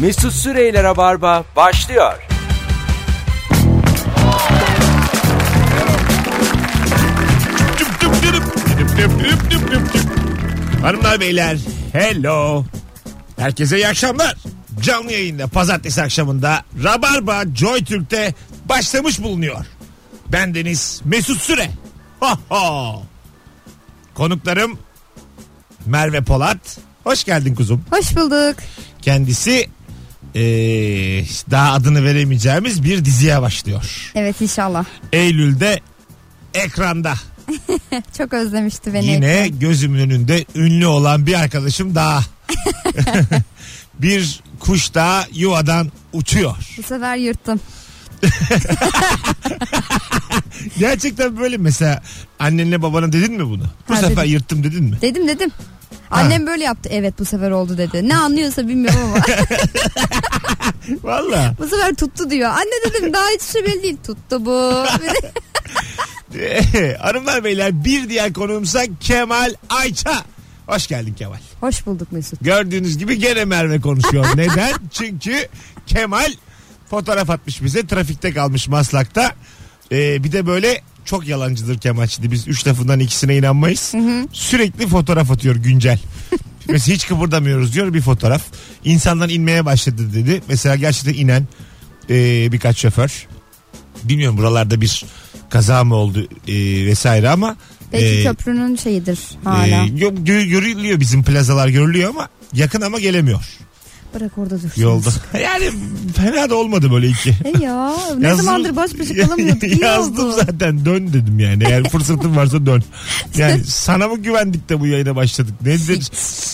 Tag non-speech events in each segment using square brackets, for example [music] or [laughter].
Mesut Süreyler'e barba başlıyor. Düp düp düdüp, düdüp düp düdüp düp düp düp. Hanımlar beyler hello. Herkese iyi akşamlar. Canlı yayında pazartesi akşamında Rabarba Joy Türk'te başlamış bulunuyor. Ben Deniz Mesut Süre. Ho ho. Konuklarım Merve Polat. Hoş geldin kuzum. Hoş bulduk. Kendisi eee, daha adını veremeyeceğimiz bir diziye başlıyor. Evet inşallah. Eylül'de ekranda Çok özlemişti beni. Yine gözümün önünde ünlü olan bir arkadaşım [laughs] daha. bir kuş daha yuvadan uçuyor. Bu sefer yırttım. Gerçekten böyle mesela annenle babana dedin mi bunu? Bu Ha, sefer dedim. yırttım dedin mi? Dedim dedim. Annem böyle yaptı. Evet bu sefer oldu dedi. Ne anlıyorsa bilmiyorum [laughs] ama. [laughs] Valla. bu sefer tuttu diyor. Anne dedim daha hiç şey belli değil. Tuttu bu. Eh, Hanımlar beyler bir diğer konuğumsa Kemal Ayça. [laughs] Hoş geldin Kemal. Hoş bulduk Mesut. Gördüğünüz gibi gene Merve konuşuyor. Neden? Çünkü Kemal fotoğraf atmış bize. Trafikte kalmış Maslak'ta. Ee, bir de böyle çok yalancıdır Kemal. Şimdi biz üç lafından ikisine inanmayız. Sürekli fotoğraf atıyor güncel. Mesela hiç kıpırdamıyoruz diyor bir fotoğraf. İnsandan inmeye başladı dedi. Mesela gerçekten inen ee, birkaç şoför. Bilmiyorum buralarda bir kaza mı oldu ee, vesaire ama. Belki ee, köprünün şeyidir hala. ee, yok, gö- görülüyor bizim plazalar görülüyor ama yakın ama gelemiyor Bırak orada dursun. [laughs] yolda. yani fena da olmadı böyle iki. E ya [laughs] ne Yazdım- zamandır baş [laughs] başa kalamıyorduk. İyi Yazdım oldu. zaten dön dedim yani. Eğer fırsatın varsa [laughs] dön. Yani sana mı güvendik de bu yayına başladık? Nedir?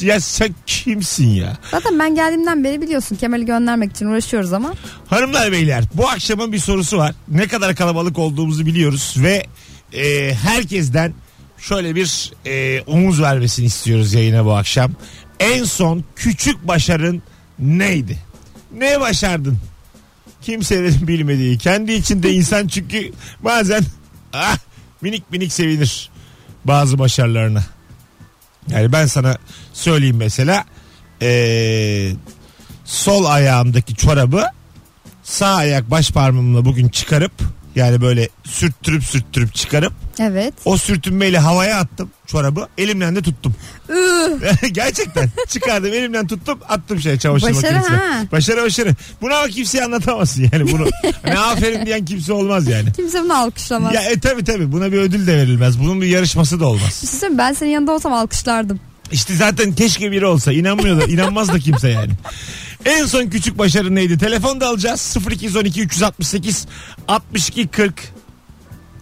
Ya sen kimsin ya? Zaten ben geldiğimden beri biliyorsun Kemal'i göndermek için uğraşıyoruz ama. Hanımlar beyler bu akşamın bir sorusu var. Ne kadar kalabalık olduğumuzu biliyoruz ve e, herkesten şöyle bir e, omuz vermesini istiyoruz yayına bu akşam. En son küçük başarın neydi? Ne başardın? Kimsenin bilmediği. Kendi içinde insan çünkü bazen ah, minik minik sevinir bazı başarılarına. Yani ben sana söyleyeyim mesela e, sol ayağımdaki çorabı sağ ayak baş parmağımla bugün çıkarıp yani böyle sürttürüp sürttürüp çıkarıp Evet. o sürtünmeyle havaya attım çorabı elimden de tuttum. [laughs] Üh, Gerçekten çıkardım elimden tuttum attım şey çamaşır Başarı makinesine. ha. Başarı başarı. Bunu ama kimseye anlatamazsın yani bunu. hani aferin diyen kimse olmaz yani. kimse bunu alkışlamaz. Ya e tabi tabi buna bir ödül de verilmez. Bunun bir yarışması da olmaz. Bir şey söyleyeyim mi? ben senin yanında olsam alkışlardım. İşte zaten keşke biri olsa inanmıyor da inanmaz da kimse yani. En son küçük başarı neydi? Telefon da alacağız 0212 368 62 40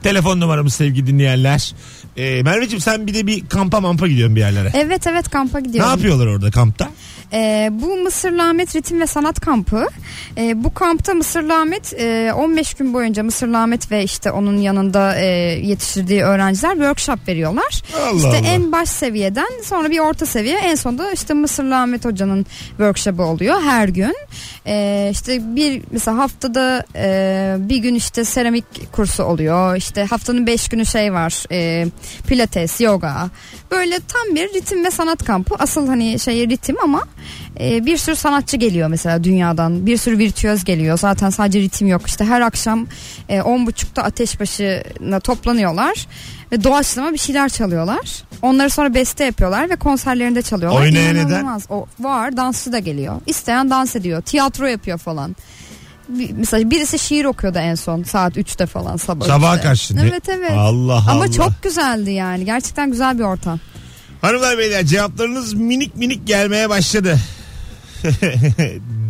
telefon numaramız sevgili dinleyenler. Ee, Merveciğim sen bir de bir kampa mampa gidiyorsun bir yerlere. Evet evet kampa ne gidiyorum. yapıyorlar orada kampta? Ee, bu Mısırlı Ahmet Ritim ve Sanat Kampı. Ee, bu kampta Mısırlı Ahmet e, 15 gün boyunca Mısırlı Ahmet ve işte onun yanında e, yetiştirdiği öğrenciler workshop veriyorlar. Allah işte Allah. en baş seviyeden sonra bir orta seviye en sonunda işte Mısırlı Ahmet Hoca'nın workshop'ı oluyor her gün. Ee, işte bir mesela haftada e, bir gün işte seramik kursu oluyor. İşte haftanın 5 günü şey var e, pilates, yoga. Böyle tam bir ritim ve sanat kampı. Asıl hani şey ritim ama e, bir sürü sanatçı geliyor mesela dünyadan. Bir sürü virtüöz geliyor. Zaten sadece ritim yok. İşte her akşam e, 10.30'da ateş başına toplanıyorlar. Ve doğaçlama bir şeyler çalıyorlar. Onları sonra beste yapıyorlar ve konserlerinde çalıyorlar. Oynaya neden? İnanılmaz. O var dansçı da geliyor. İsteyen dans ediyor. Tiyatro yapıyor falan. Bir- mesela birisi şiir okuyordu en son saat 3'te falan sabah. Sabaha üçte. karşı ne- Evet evet. Allah Allah. Ama çok güzeldi yani. Gerçekten güzel bir ortam. Hanımlar beyler cevaplarınız minik minik gelmeye başladı. [laughs]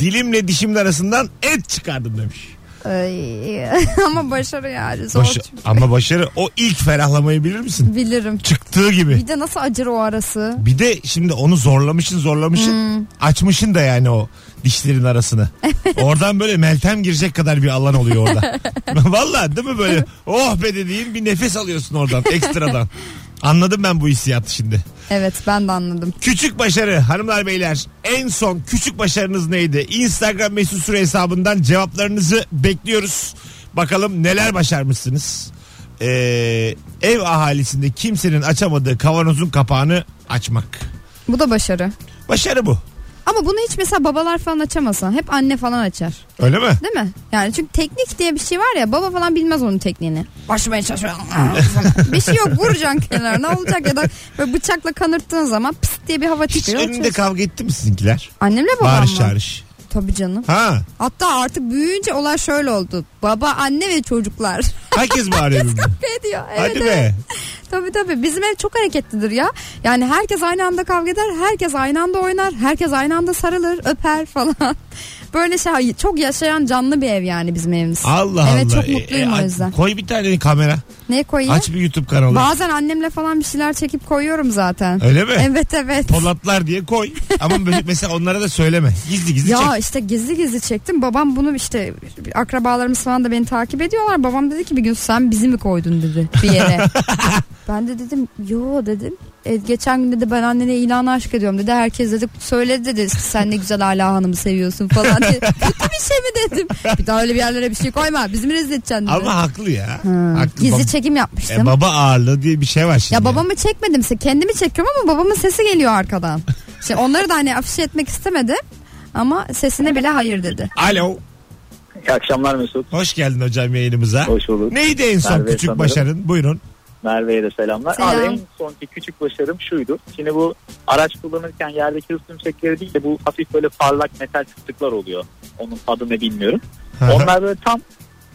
Dilimle dişimin arasından et çıkardım demiş. Ay, [laughs] ama başarı yani. Zor Başa- çünkü. ama başarı o ilk ferahlamayı bilir misin? Bilirim. Çıktığı gibi. [laughs] Bir de nasıl acır o arası. Bir de şimdi onu zorlamışın zorlamışın açmışın da yani o dişlerin arasını. Oradan böyle meltem girecek kadar bir alan oluyor orada. Valla değil mi böyle oh be dediğin bir nefes alıyorsun oradan ekstradan. Anladım ben bu hissiyatı şimdi. Evet ben de anladım. Küçük başarı hanımlar beyler en son küçük başarınız neydi? Instagram mesut süre hesabından cevaplarınızı bekliyoruz. Bakalım neler başarmışsınız. Ee, ev ahalisinde kimsenin açamadığı kavanozun kapağını açmak. Bu da başarı. Başarı bu. Ama bunu hiç mesela babalar falan açamasa hep anne falan açar. Öyle mi? Değil mi? Yani çünkü teknik diye bir şey var ya baba falan bilmez onun tekniğini. Başlamaya çalışıyor. [laughs] bir şey yok vuracaksın kenarına olacak ya da böyle bıçakla kanırttığın zaman pis diye bir hava Hiç çıkıyor. önünde kavga etti mi sizinkiler? Annemle babam Bağırış mı? çağırış. Tabii canım. Ha. Hatta artık büyüyünce olay şöyle oldu. Baba, anne ve çocuklar. [laughs] Herkes bağırıyor. birbirine. ne diyor? Evet, Hadi evet. be. Tabii tabii. Bizim ev çok hareketlidir ya. Yani herkes aynı anda kavga eder. Herkes aynı anda oynar. Herkes aynı anda sarılır, öper falan. [laughs] Böyle şey çok yaşayan canlı bir ev yani bizim evimiz. Allah Evet, Allah. E, çok mutluyum o yüzden. Koy bir tane kamera. ne koyayım? Aç bir YouTube kanalı. Bazen annemle falan bir şeyler çekip koyuyorum zaten. Öyle mi? Evet evet. Polatlar diye koy. Ama böyle mesela onlara da söyleme. Gizli gizli ya çek. işte gizli gizli çektim. Babam bunu işte akrabalarımız falan da beni takip ediyorlar. Babam dedi ki bir gün sen bizi mi koydun dedi bir yere. [laughs] ben de dedim yo dedim. E, geçen gün dedi ben annene ilan aşk ediyorum dedi. Herkes dedi söyledi dedi sen ne güzel hala hanımı seviyorsun falan dedi. [laughs] Kötü bir şey mi dedim. Bir daha öyle bir yerlere bir şey koyma. Bizim rezil edeceksin dedi. Ama haklı ya. Ha, Haklı. Gizli Bab- çekim yapmıştım. e, baba ağırlığı diye bir şey var şimdi. Ya babamı çekmedim. Se- Kendimi çekiyorum ama babamın sesi geliyor arkadan. Şimdi onları da hani afişe etmek istemedim. Ama sesine bile hayır dedi. Alo. İyi akşamlar Mesut. Hoş geldin hocam yayınımıza. Hoş bulduk. Neydi en son Merve küçük sanırım. başarın? Buyurun. Merve'ye de selamlar. Selam. Abi en sonki küçük başarım şuydu. Şimdi bu araç kullanırken yerdeki hız tümsekleri değil de bu hafif böyle parlak metal tıktıklar oluyor. Onun adı ne bilmiyorum. Onlar böyle tam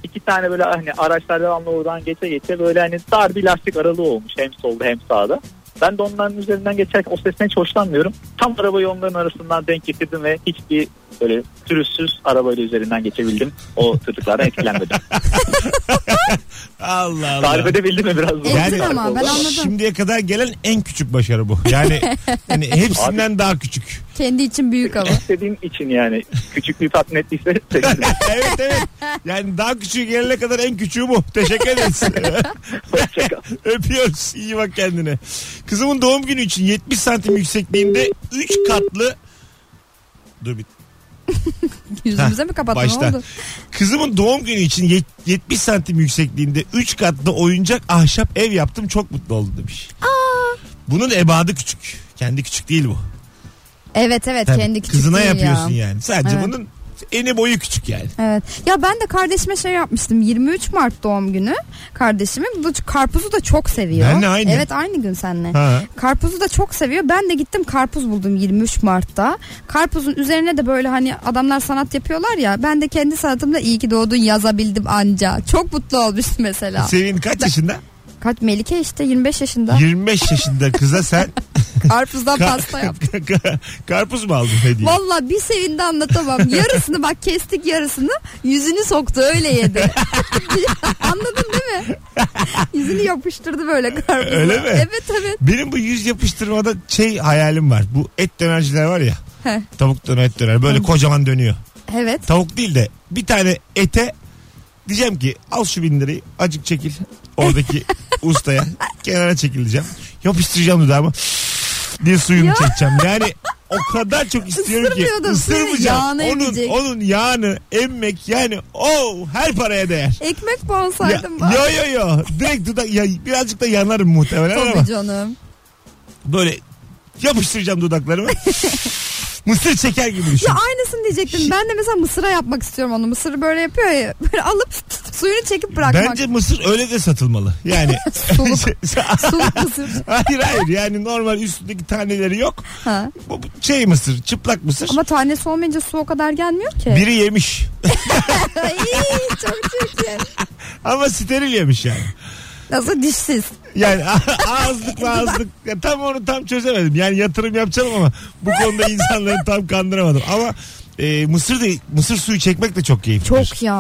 iki tane böyle hani araçlar devamlı oradan geçe geçe böyle hani dar bir lastik aralığı olmuş hem solda hem sağda. Ben de onların üzerinden geçerken o sesten hiç hoşlanmıyorum. Tam arabayı onların arasından denk getirdim ve hiçbir böyle pürüzsüz arabayla üzerinden geçebildim. O tırtıklardan etkilenmedim. Allah Allah. Tarif edebildim mi biraz? zor. Yani- ama, ben anladım. Şimdiye kadar gelen en küçük başarı bu. [laughs] Yani hani hepsinden daha küçük. Kendi için [laughs] büyük ama. istediğim için yani küçüklüğü tatmin ettiyse sevinirim. evet evet. Yani daha küçüğü gelene kadar en küçüğü bu. Teşekkür ederiz. [laughs] Hoşçakal. [laughs] Öpüyoruz. İyi bak kendine. Kızımın doğum günü için 70 santim yüksekliğinde 3 katlı Dur bir Yüzümüze mi kapattın ne başta. oldu? Kızımın doğum günü için yet- 70 santim yüksekliğinde 3 katlı oyuncak ahşap ev yaptım çok mutlu oldum demiş. Bunun ebadı küçük. Kendi küçük değil bu. Evet evet Tabii. kendi küçük Kızına değil yapıyorsun ya. yani. Sadece Evet. bunun eni boyu küçük yani. Evet. Ya ben de kardeşime şey yapmıştım. 23 Mart doğum günü kardeşimin. Bu karpuzu da çok seviyor. Benle aynı. Evet aynı gün seninle. Ha. Karpuzu da çok seviyor. Ben de gittim karpuz buldum 23 Mart'ta. Karpuzun üzerine de böyle hani adamlar sanat yapıyorlar ya. Ben de kendi sanatımda iyi ki doğdun yazabildim anca. Çok mutlu olmuştum mesela. Sevin kaç yaşında? Kaç Melike işte [laughs] 25 yaşında. 25 yaşında kıza [laughs] sen Karpuzdan Ka- pasta yap. karpuz mu aldın hediye? Valla bir sevindi anlatamam. Yarısını bak kestik yarısını yüzünü soktu öyle yedi. [laughs] Anladın değil mi? Yüzünü yapıştırdı böyle karpuza. E, Öyle mi? Evet evet. Benim bu yüz yapıştırmada şey hayalim var. Bu et dönerciler var ya. Heh. Tavuk döner et döner. Böyle kocaman dönüyor. Evet. Tavuk değil de bir tane ete diyeceğim ki al şu bin lirayı acık çekil [laughs] oradaki ustaya kenara çekileceğim. Yapıştıracağım dudağıma diye suyunu Ya. çekeceğim. Yani o kadar çok istiyorum ki Isırmıyordun, suyu ısırmayacağım. yağını Onun, emecek. onun yağını emmek yani o her paraya değer. Ekmek Ya, bonsaydım bak. yo yo yo direkt dudak ya, birazcık da yanarım muhtemelen ama Ah, Tabii canım. böyle yapıştıracağım dudaklarımı. [laughs] Mısır çeker gibi düşün. Ya aynısını diyecektim. Ben de mesela mısıra yapmak istiyorum onu. Mısırı böyle yapıyor ya. Böyle alıp [laughs] suyunu çekip bırakmak. Bence mısır öyle de satılmalı. [laughs] Yani [laughs] Suluk. Suluk mısır. hayır hayır yani normal üstündeki taneleri yok. Ha. Bu bu şey mısır, çıplak mısır. Ama tanesi olmayınca su o kadar gelmiyor ki. Biri yemiş. [laughs] Ay, çok çirkin. Ama steril yemiş yani. Nasıl dişsiz. Yani [laughs] a- ağızlıkla ağızlık. Ya tam onu tam çözemedim. Yani yatırım yapacağım ama bu konuda insanları tam kandıramadım. Ama e, mısır da mısır suyu çekmek de çok keyifli. şey. Çok ya.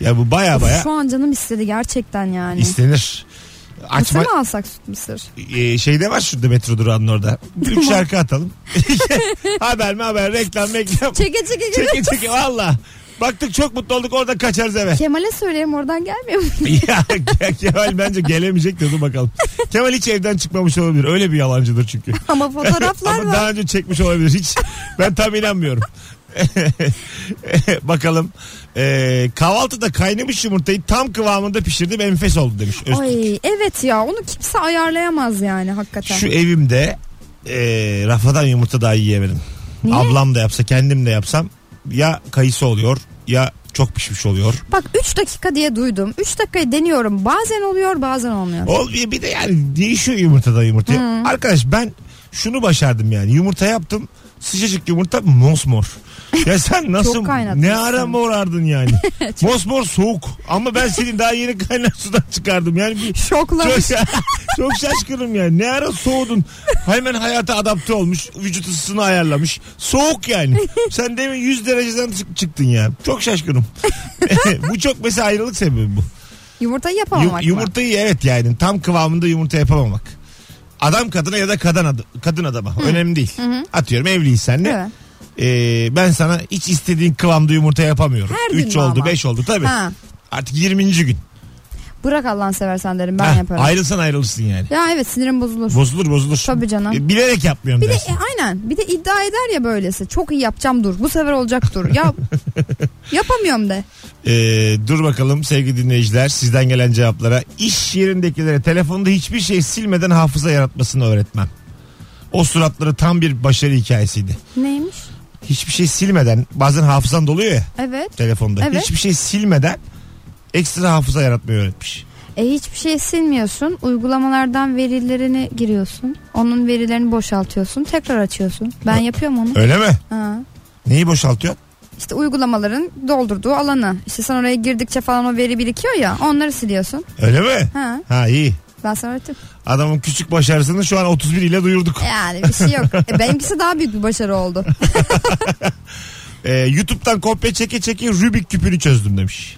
Ya bu baya baya Şu an canım istedi gerçekten yani. istenir. Açma, Mısır mı alsak süt mısır? e, şeyde var şurada metro durağının orada. Üç şarkı atalım. [laughs] Şey, haber mi haber reklam reklam. Çeke çeke çeke. Çeke çeke valla. Baktık çok mutlu olduk orada kaçarız eve. [laughs] Kemal'e söyleyeyim oradan gelmiyor mu? [laughs] ya Ke- Kemal bence gelemeyecek de dur bakalım. Kemal hiç evden çıkmamış olabilir. Öyle bir yalancıdır çünkü. Ama fotoğraflar Ama var. daha önce çekmiş olabilir. Hiç ben tam inanmıyorum. [laughs] bakalım. Ee, kahvaltıda kaynamış yumurtayı tam kıvamında pişirdim enfes oldu demiş. Öztürk. Ay evet ya onu kimse ayarlayamaz yani hakikaten. Şu evimde e, rafadan yumurta daha yiyemedim. Niye? Ablam da yapsa kendim de yapsam ya kayısı oluyor ya çok pişmiş oluyor. Bak 3 dakika diye duydum. 3 dakikayı deniyorum. Bazen oluyor bazen olmuyor. Ol bir de yani değişiyor yumurtadan yumurtaya. Arkadaş ben şunu başardım yani. Yumurta yaptım. Sıcacık yumurta mosmor. Ya sen nasıl kaynatmışsın. ne ara morardın yani? mosmor soğuk ama ben seni daha yeni kaynar sudan çıkardım. Yani bir çok, Şoklamış. [laughs] çok şaşkınım yani. Ne ara soğudun? Hemen hayata adapte olmuş. Vücut ısısını ayarlamış. Soğuk yani. Sen demin 100 dereceden çık- çıktın ya. Çok [laughs] şaşkınım. [laughs] bu çok mesela ayrılık sebebi bu. Yumurtayı Yum- yapamamak mı? yumurtayı evet yani tam kıvamında yumurta yapamamak. Adam kadına ya da kadın ad- kadın adama önemli değil. Atıyorum evliyiz senle. Evet. Ee, ben sana hiç istediğin kıvamda yumurta yapamıyorum. Her gün 3 mü oldu, ama? 5 oldu tabii. Ha. Artık 20. gün. Bırak Allah'ını seversen derim ben Hah, yaparım. ayrılsan ayrılırsın yani. Ya evet sinirim bozulur. Bozulur bozulur. Tabii canım. E, bilerek yapmıyorum bir de dersin. e, aynen bir de iddia eder ya böylesi. Çok iyi yapacağım dur. Bu sefer olacak dur. [laughs] Ya yapamıyorum de. Ee, dur bakalım sevgili dinleyiciler sizden gelen cevaplara. iş yerindekilere telefonda hiçbir şey silmeden hafıza yaratmasını öğretmem. O suratları tam bir başarı hikayesiydi. Neymiş? hiçbir şey silmeden bazen hafızan doluyor ya Evet. telefonda. Evet. Hiçbir şey silmeden ekstra hafıza yaratmayı öğretmiş. E hiçbir şey silmiyorsun. Uygulamalardan verilerini giriyorsun. Onun verilerini boşaltıyorsun. Tekrar açıyorsun. Ben yapıyorum onu. Öyle mi? Ha. Neyi boşaltıyor? İşte uygulamaların doldurduğu alanı. İşte sen oraya girdikçe falan o veri birikiyor ya. Onları siliyorsun. Öyle mi? Ha. Ha iyi. Ben sana öğrettim. Adamın küçük başarısını şu an 31 ile duyurduk. Yani bir şey yok. E benimkisi daha büyük bir [laughs] başarı oldu. Ee, YouTube'dan kopya çeke çeke Rubik küpünü çözdüm demiş.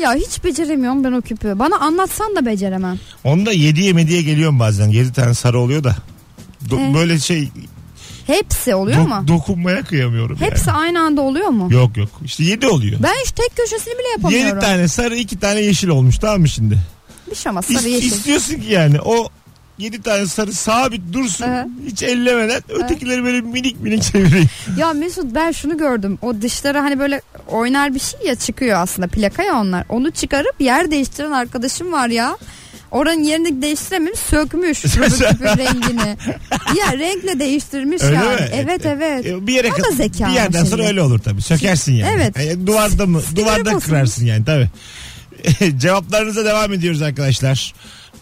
Ya hiç beceremiyorum ben o küpü. Bana anlatsan da beceremem. Onda 7'ye mediye geliyorum bazen. 7 tane sarı oluyor da. Do- Ee? Böyle şey Hepsi oluyor do- mu? dokunmaya kıyamıyorum. yani. Hepsi aynı anda oluyor mu? Yok yok. İşte 7 oluyor. Ben hiç tek köşesini bile 7 yapamıyorum. tane sarı 2 tane yeşil olmuş tamam mı şimdi? Bir şey ama İst- sarı yeşil. İstiyorsun ki yani o 7 tane sarı sabit dursun. Aha. Hiç ellemeden Eh. ötekileri böyle minik minik [laughs] çevireyim. Ya Mesut ben şunu gördüm. O dışları hani böyle oynar bir şey ya çıkıyor aslında plaka ya onlar. Onu çıkarıp yer değiştiren arkadaşım var ya. Oranın yerini değiştirememiş [laughs] sökmüş Rubik küpün rengini. Ya renkle değiştirmiş Öyle yani. mi? Evet evet. E, Bir yere O da zeka Bir yerden şimdi. sonra öyle olur tabii. Sökersin yani. Evet. E, duvarda mı? Siniri duvarda bozulmuş. kırarsın yani tabii. [laughs] Cevaplarınıza devam ediyoruz arkadaşlar.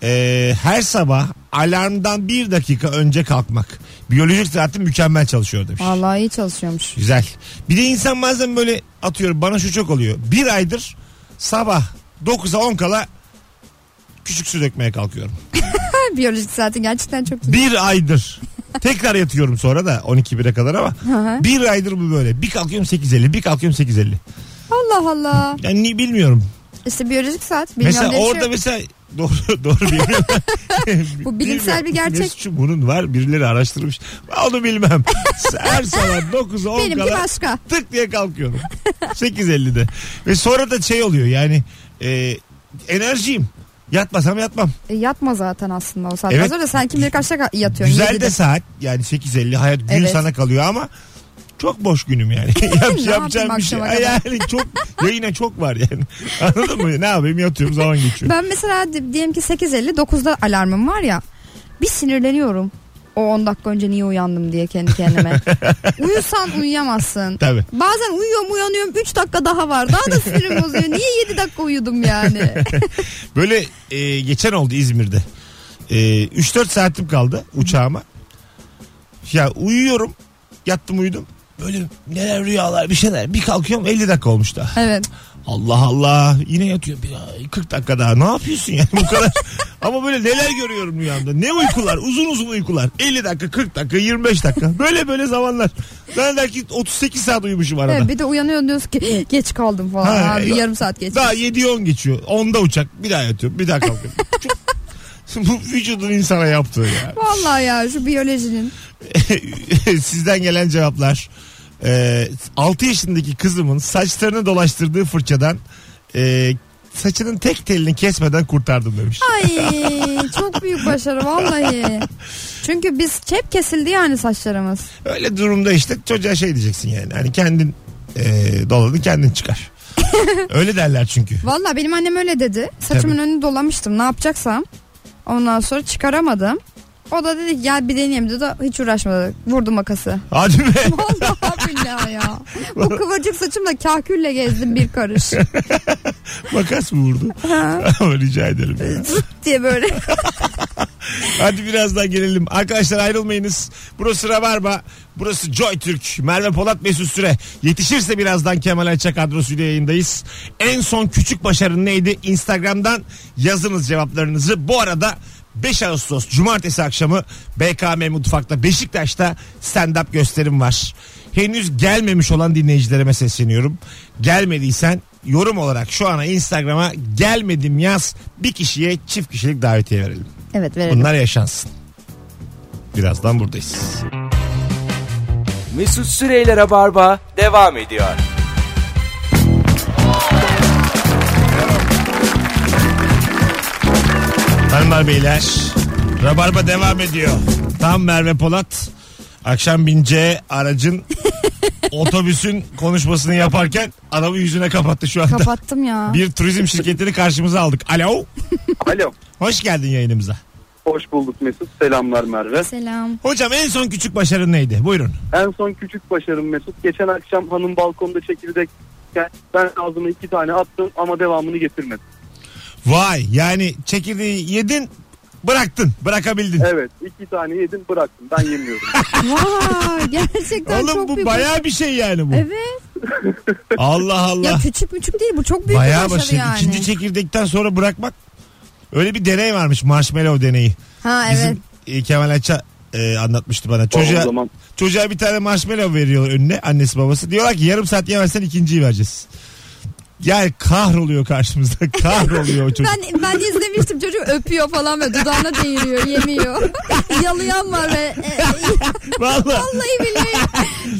E, her sabah alarmdan bir dakika önce kalkmak. Biyolojik saatim mükemmel çalışıyor demiş. Vallahi iyi çalışıyormuş. Güzel. Bir de insan bazen böyle atıyor bana şu çok oluyor. Bir aydır sabah 9'a 10 kala küçük su dökmeye kalkıyorum. Ha, Biyolojik saati gerçekten çok güzel. Bir aydır. Tekrar yatıyorum sonra da 12 1'e kadar ama Hı hı. bir aydır bu böyle. Bir kalkıyorum 8.50 bir kalkıyorum 8.50. Allah Allah. Yani ni- bilmiyorum. İşte biyolojik saat. Bilmiyorum diye bir mesela şey orada yok. mesela [laughs] doğru doğru bilmiyorum. Bu bilimsel bir Bilmiyorum. gerçek. Mesut'cum bunun var birileri araştırmış. Ben Onu bilmem. Her sabah [laughs] 9'a 10 Benimki kala başka. tık diye kalkıyorum. 8.50'de. Ve sonra da şey oluyor yani e, enerjiyim. Yatmasam yatmam. E, yatma zaten aslında o saatten Evet. sonra. Sen kim bilir kaçta ka- yatıyorsun? Güzel Yedide. de saat yani 8.50 hayat gün Evet. sana kalıyor ama çok boş günüm [laughs] yani. [laughs] yapayım Yap, yapacağım bir şey. akşama kadar? Yani çok yayına çok var yani. [laughs] Anladın mı? Ne yapayım yatıyorum zaman geçiyor. Ben mesela di- diyelim ki 8.50 9'da alarmım var ya. Bir sinirleniyorum. O 10 dakika önce niye uyandım diye kendi [laughs] kendime. Uyusan uyuyamazsın. Tabii. Bazen uyuyorum uyanıyorum 3 dakika daha var. Daha da sinirim bozuyor. Niye 7 dakika [laughs] uyudum yani? Böyle e, geçen oldu İzmir'de. E, 3-4 saatim kaldı uçağıma. Ya uyuyorum. Yattım uyudum. Böyle neler rüyalar bir şeyler. Bir kalkıyorum 50 dakika olmuş daha. evet. Allah Allah yine yatıyor bir ay, 40 dakika daha ne yapıyorsun yani bu [laughs] kadar ama böyle neler görüyorum rüyamda ne uykular uzun uzun uykular 50 dakika 40 dakika 25 dakika böyle böyle zamanlar ben belki 38 saat uyumuşum arada evet. Bir de uyanıyorsun diyorsun ki geç kaldım falan. Ha, Abi, yok. yarım saat geç. daha 7-10 geçiyor 10'da uçak bir daha yatıyorum bir daha kalkıyorum Çok- [laughs] bu vücudun insana yaptığı ya Vallahi ya şu biyolojinin. [laughs] sizden gelen cevaplar Ee, 6 yaşındaki kızımın saçlarını dolaştırdığı fırçadan e, saçının tek telini kesmeden kurtardım demiş. [laughs] Ay çok büyük başarı vallahi. Çünkü biz hep kesildi yani saçlarımız. Öyle durumda işte çocuğa şey diyeceksin yani. Hani kendin e, dolanı kendin çıkar. Öyle derler çünkü. Valla benim annem öyle dedi. Saçımın önünü dolamıştım ne yapacaksam. Ondan sonra çıkaramadım. O da dedi ki gel bir deneyeyim dedi. O da hiç uğraşmadı. Vurdu makası. Hadi be. [laughs] Vallahi billahi ya. Bu [laughs] kıvırcık saçımla kahkülle gezdim bir [laughs] karış. Makas mı vurdu? [laughs] Ama rica ederim. ya. Zıt diye böyle. Hadi biraz daha gelelim. Arkadaşlar ayrılmayınız. Burası Rabarba. Burası Joy Türk. Merve Polat Mesut Süre. Yetişirse birazdan Kemal Ayça kadrosuyla yayındayız. En son küçük başarın neydi? Instagram'dan yazınız cevaplarınızı. Bu arada 5 Ağustos Cumartesi akşamı BKM Mutfak'ta Beşiktaş'ta stand-up gösterim var. Henüz gelmemiş olan dinleyicilerime sesleniyorum. Gelmediysen yorum olarak şu ana Instagram'a gelmedim yaz bir kişiye çift kişilik davetiye verelim. Evet verelim. Bunlar yaşansın. Birazdan buradayız. Mesut Süreyler'e barba devam ediyor. Hanımlar beyler. Rabarba devam ediyor. Tam Merve Polat. Akşam bince aracın [laughs] otobüsün konuşmasını yaparken adamı yüzüne kapattı şu anda. Kapattım ya. Bir turizm şirketini karşımıza aldık. Alo. Alo. Hoş geldin yayınımıza. Hoş bulduk Mesut. Selamlar Merve. Selam. Hocam en son küçük başarın neydi? Buyurun. En son küçük başarım Mesut. Geçen akşam hanım balkonda çekirdek ben ağzıma iki tane attım ama devamını getirmedim. Vay yani çekirdeği yedin bıraktın bırakabildin. Evet iki tane yedim bıraktım ben yemiyorum. Vay gerçekten Oğlum çok bu büyük. bayağı bir şey yani bu. Evet. Allah Allah. Ya küçük küçük değil bu çok büyük Bayağı bir başarı başarılı. yani. İkinci çekirdekten sonra bırakmak. Öyle bir deney varmış marshmallow deneyi. Ha evet. Bizim e, Kemal Ayça e, anlatmıştı bana. Çocuğa, O zaman çocuğa bir tane marshmallow veriyorlar önüne annesi babası. Diyorlar ki yarım saat yemezsen ikinciyi vereceğiz. Yani kahroluyor [laughs] karşımızda. Kahroluyor o çocuk. Ben ben izlemiştim çocuğu öpüyor falan ve dudağına değiriyor, yemiyor. [laughs] Yalayan var ve e, Valla. vallahi billahi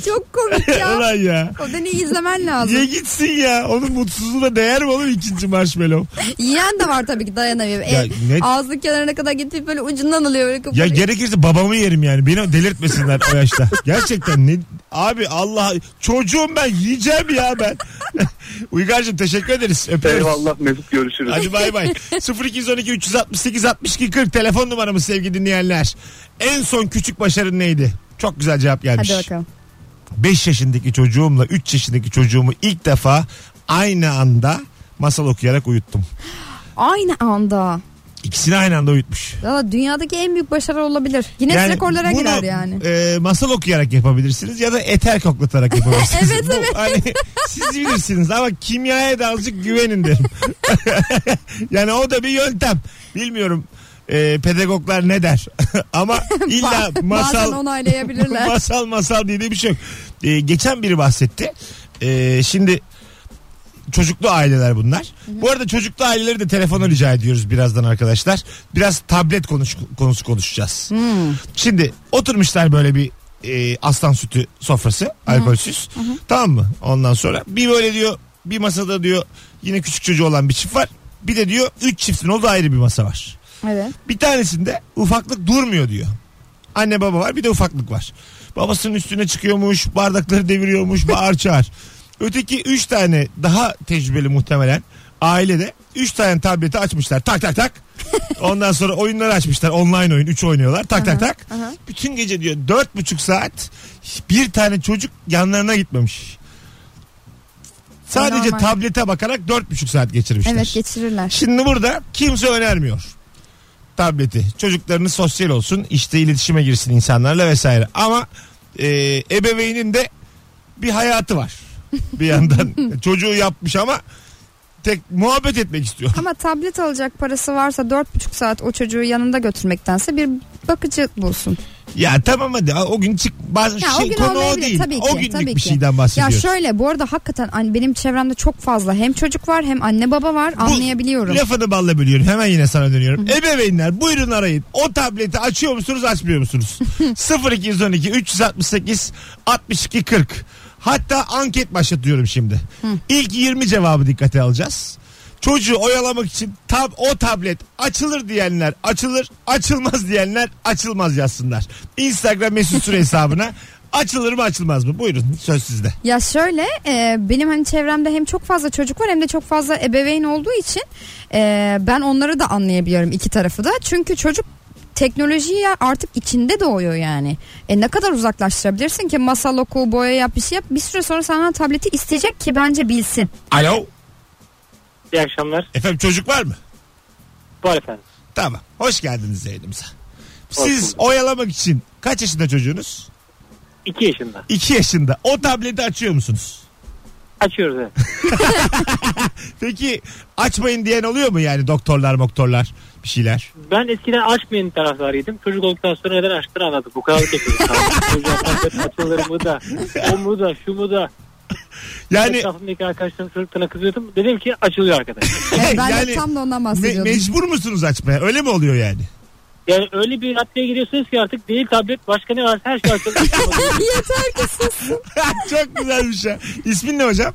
çok komik ya. Ulan ya. O da ne izlemen lazım. Ye gitsin ya. Onun mutsuzluğuna değer mi olur ikinci marshmallow? Yiyen de var tabii ki dayanamıyor. E, Ya ne- Ağzının kenarına kadar gidip böyle ucundan alıyor böyle Ya kıpırıyor. gerekirse babamı yerim yani. Beni delirtmesinler o yaşta. Gerçekten ne? Abi Allah çocuğum ben yiyeceğim ya ben. [laughs] Uygar'cığım teşekkür ederiz. Öpüyoruz. eyvallah Mesut görüşürüz. Hadi bay bay. 0212 368 62 40 telefon numaramız sevgili dinleyenler. En son küçük başarın neydi? Çok güzel cevap gelmiş. Hadi bakalım. 5 yaşındaki çocuğumla 3 yaşındaki çocuğumu ilk defa aynı anda masal okuyarak uyuttum. Aynı anda. İkisini aynı anda uyutmuş. Valla dünyadaki en büyük başarı olabilir. Yine rekorlara bunu, girer yani. e, masal okuyarak yapabilirsiniz ya da eter [laughs] koklatarak yapabilirsiniz. Evet, Bu- Hani, siz bilirsiniz ama kimyaya da azıcık güvenin derim. [laughs] yani o da bir yöntem. Bilmiyorum e, pedagoglar ne der [laughs] [laughs] ama illa Ba- Bazen masal [laughs] onaylayabilirler. masal masal diye de bir şey yok. E, geçen biri bahsetti. E, şimdi çocuklu aileler bunlar. Bu arada çocuklu aileleri de telefona rica ediyoruz birazdan arkadaşlar. Biraz tablet konuş, konusu konuşacağız. Şimdi oturmuşlar böyle bir e, aslan sütü sofrası alkolsüz. Tamam mı? Ondan sonra bir böyle diyor bir masada diyor yine küçük çocuğu olan bir çift var. Bir de diyor üç çiftin olduğu ayrı bir masa var. evet. Bir tanesinde ufaklık durmuyor diyor. Anne baba var bir de ufaklık var. Babasının üstüne çıkıyormuş, bardakları [laughs] deviriyormuş, bağır çağır. Öteki 3 tane daha tecrübeli muhtemelen ailede 3 tane tableti açmışlar. Tak tak [laughs] tak. Ondan sonra oyunları açmışlar. Online oyun 3 oynuyorlar. Tak tak tak. Bütün gece diyor dört buçuk saat bir tane çocuk yanlarına gitmemiş. Sadece Normal. tablete bakarak dört buçuk saat geçirmişler. Evet geçirirler. Şimdi burada kimse önermiyor tableti. Çocuklarınız sosyal olsun, işte iletişime girsin insanlarla vesaire. Ama e, ebeveynin de bir hayatı var bir [laughs] yandan. Çocuğu yapmış ama tek muhabbet etmek istiyor. Ama tablet alacak parası varsa dört buçuk saat o çocuğu yanında götürmektense bir bakıcı bulsun. Ya tamam hadi o gün çık bazen Ya, o şey gün konu o olmayabilir, değil. tabii o ki, günlük tabii bir ki. şeyden Ya bahsediyoruz. şöyle bu arada hakikaten hani benim çevremde çok fazla hem çocuk var hem anne baba var anlayabiliyorum. Lafını balla bölüyorum. Hemen yine sana dönüyorum. Ebeveynler buyurun arayın. O tableti açıyor musunuz açmıyor musunuz? 0212 368 62 40. Hatta anket başlatıyorum şimdi. İlk 20 cevabı dikkate alacağız. Çocuğu oyalamak için tab o tablet açılır diyenler açılır, açılmaz diyenler açılmaz yazsınlar. Instagram mesut süre hesabına açılır mı açılmaz mı? Buyurun söz sizde. Ya şöyle e, benim hani çevremde hem çok fazla çocuk var hem de çok fazla ebeveyn olduğu için e, ben onları da anlayabiliyorum iki tarafı da. Çünkü çocuk teknoloji ya artık içinde doğuyor yani. E ne kadar uzaklaştırabilirsin ki masal oku, boya yap bir şey yap. Bir süre sonra sana tableti isteyecek ki bence bilsin. Alo. İyi akşamlar. Efendim çocuk var mı? Var efendim. Tamam. Hoş geldiniz yayınımıza. Hoş Siz bulduk. oyalamak için kaç yaşında çocuğunuz? 2 yaşında. 2 yaşında. O tableti açıyor musunuz? Açıyoruz evet. Peki açmayın diyen oluyor mu yani doktorlar moktorlar bir şeyler? Ben eskiden açmayan taraflarıydım. Çocuk olduktan sonra neden açtığını anladım. Bu kadar kefil. Çocuğa tablet açılır mı da, o mu da, şu mu da. Yani... Yani [laughs] Etrafımdaki arkadaşlarım çocuklarına kızıyordum. Dedim ki açılıyor arkadaş. Evet, ben yani de tam da ondan me- bahsediyordum. mecbur musunuz açmaya? Öyle mi oluyor yani? [laughs] Yani öyle bir raddeye giriyorsunuz ki artık değil tablet başka ne varsa her [laughs] şey açılıyor. [laughs] Yeter ki Çok güzelmiş ya. İsmin ne hocam?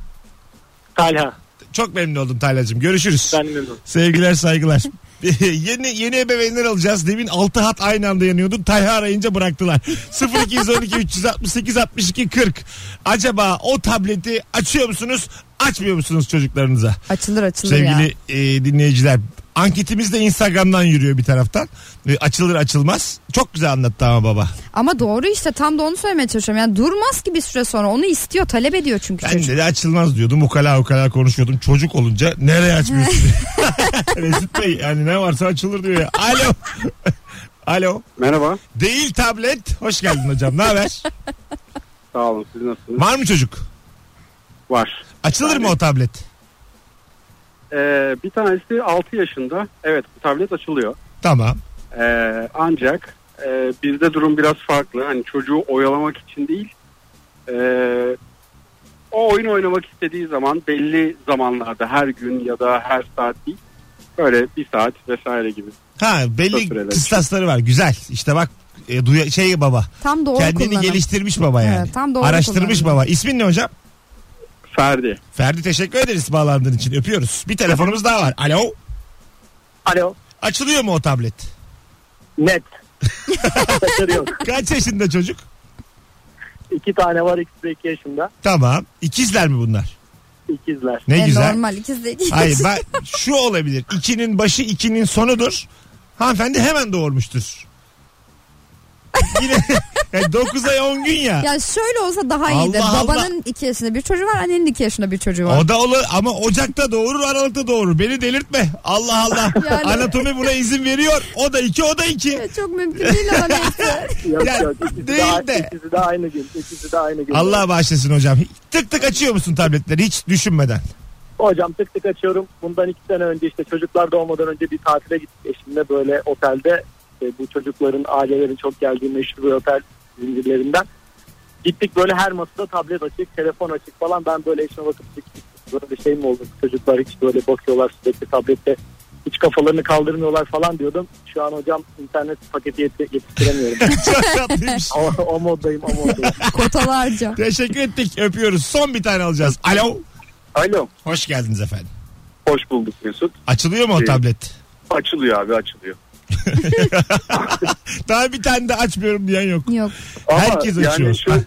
Talha. Çok memnun oldum Taylacığım. Görüşürüz. Ben memnunum. Sevgiler saygılar. [laughs] yeni yeni ebeveynler alacağız. Demin 6 hat aynı anda yanıyordu. Tayha arayınca [laughs] bıraktılar. 0212 368 62 40. Acaba o tableti açıyor musunuz? Açmıyor musunuz çocuklarınıza? Açılır açılır ya. Sevgili e, dinleyiciler anketimiz de Instagram'dan yürüyor bir taraftan. E, açılır açılmaz. Çok güzel anlattı ama baba. Ama doğru işte tam da onu söylemeye çalışıyorum. Yani durmaz ki bir süre sonra onu istiyor talep ediyor çünkü Ben çocuk. de, de açılmaz diyordum. Ukala ukala konuşuyordum. Çocuk olunca nereye açmıyorsun? [laughs] [laughs] Resit Bey yani ne varsa açılır diyor ya. Alo. [laughs] Alo. Merhaba. Değil tablet. Hoş geldin hocam. Ne [laughs] haber? Sağ olun siz nasılsınız? Var mı çocuk? Var. Açılır mı o tablet? Ee, bir tanesi 6 yaşında. Evet bu tablet açılıyor. Tamam. Ee, ancak e, bizde durum biraz farklı. Hani çocuğu oyalamak için değil. Ee, o oyun oynamak istediği zaman belli zamanlarda her gün ya da her saat değil. Böyle bir saat vesaire gibi. Ha Kısa belli süreler. kıstasları var. Güzel. İşte bak e, duya- şey baba. Tam doğru kendini kullanım. geliştirmiş baba yani. Evet, tam doğru Araştırmış kullanım. baba. İsmin ne hocam? Ferdi. Ferdi teşekkür ederiz bağlandığın için. Öpüyoruz. Bir telefonumuz daha var. Alo. Alo. Açılıyor mu o tablet? Net. Kaçarı yok. Kaç yaşında çocuk? İki tane var ikisi de iki yaşında. Tamam. İkizler mi bunlar? İkizler. Ne E, güzel. Normal ikiz de ikiz. Hayır ben şu olabilir. İkinin başı ikinin sonudur. Hanımefendi hemen doğurmuştur. Yine [laughs] yani 9 ay 10 gün ya. Ya şöyle olsa daha iyiydi. Allah Allah. Babanın iki yaşında bir çocuğu var, annenin iki yaşında bir çocuğu var. O da olur ama Ocak'ta doğurur Aralık'ta doğurur. Beni delirtme. Allah [laughs] Allah. Yani- Anatomi buna izin veriyor. O da iki o da iki. Ya Çok mümkün değil ama [laughs] neyse. Yok Ya, yok. İkisi değil de. de, ikisi de aynı gün. İkisi de aynı gün. Allah bağışlasın hocam. Tık tık açıyor musun tabletleri hiç düşünmeden? [laughs] Hocam tık tık açıyorum. Bundan iki sene önce işte çocuklar doğmadan önce bir tatile gittik eşimle böyle otelde. e, bu çocukların ailelerin çok geldiği meşhur bir otel zincirlerinden. Gittik böyle her masada tablet açık, telefon açık falan. Ben böyle eşime bakıp "Cık, böyle bir şey mi oldu? Çocuklar hiç böyle bakıyorlar sürekli tablette. Hiç kafalarını kaldırmıyorlar falan diyordum. Şu an hocam internet paketi yet- yetiştiremiyorum. Çok tatlıymış. o, o moddayım o moddayım. Kotalarca. Teşekkür ettik. Öpüyoruz. Son bir tane alacağız. Alo. Alo. Hoş geldiniz efendim. Hoş bulduk Mesut. Açılıyor mu o Evet. tablet? Açılıyor abi açılıyor. Daha bir tane de açmıyorum diyen yok. Yok. Herkes açıyor. Yani şö-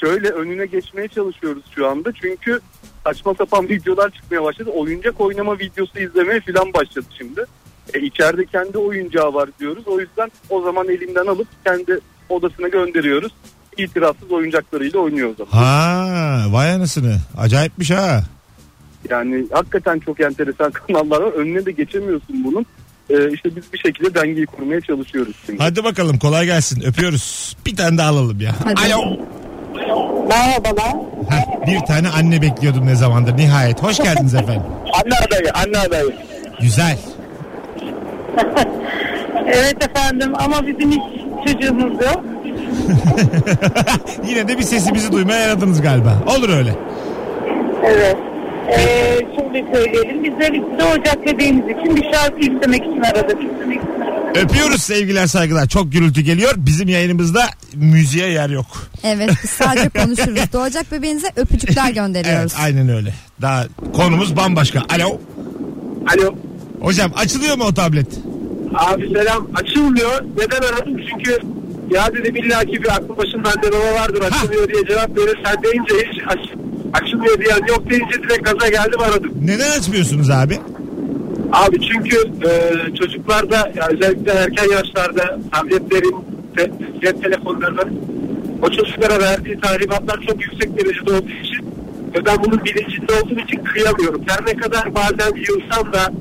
şöyle önüne geçmeye çalışıyoruz şu anda. Çünkü saçma sapan videolar çıkmaya başladı. Oyuncak oynama videosu izlemeye falan başladı şimdi. E, içeride kendi oyuncağı var diyoruz. O yüzden o zaman elimden alıp kendi odasına gönderiyoruz. İtirazsız oyuncaklarıyla oynuyor o zaman. Ha, vay anasını. Acayipmiş ha. Yani hakikaten çok enteresan [laughs] kanallar var. Önüne de geçemiyorsun bunun. E, işte biz bir şekilde dengeyi kurmaya çalışıyoruz şimdi. Hadi bakalım kolay gelsin. Öpüyoruz. Bir tane daha alalım ya. Hadi. Alo. Merhabalar. Heh, bir tane anne bekliyordum ne zamandır. Nihayet. Hoş geldiniz efendim. [laughs] Anne adayı, anne adayı. Güzel. Evet efendim ama bizim hiç çocuğumuz yok. Yine de bir sesimizi duymaya yaradınız galiba. Olur öyle. Evet. Ee, şöyle söyleyelim. Bizler ikisi Ocak bebeğimiz için bir şarkı istemek için aradık. Öpüyoruz sevgiler saygılar. Çok gürültü geliyor. Bizim yayınımızda müziğe yer yok. Evet biz sadece konuşuruz. Doğacak bebeğinize öpücükler gönderiyoruz. Evet aynen öyle. Daha konumuz bambaşka. Alo. Alo. Hocam açılıyor mu o tablet? Abi selam. Açılmıyor. Neden aradım? Çünkü ya dedi billahi bir aklı başında anne baba vardır açılmıyor diye cevap verir. Sen deyince hiç aç- açılmıyor diyen yok deyince direkt gaza geldim aradım. Neden açmıyorsunuz abi? Abi çünkü e, çocuklarda ya özellikle erken yaşlarda tabletlerin, te, cep telefonlarının o çocuklara verdiği tahribatlar çok yüksek derecede olduğu için ve ben bunun bilincinde olduğum için kıyamıyorum. Her ne kadar bazen yılsam da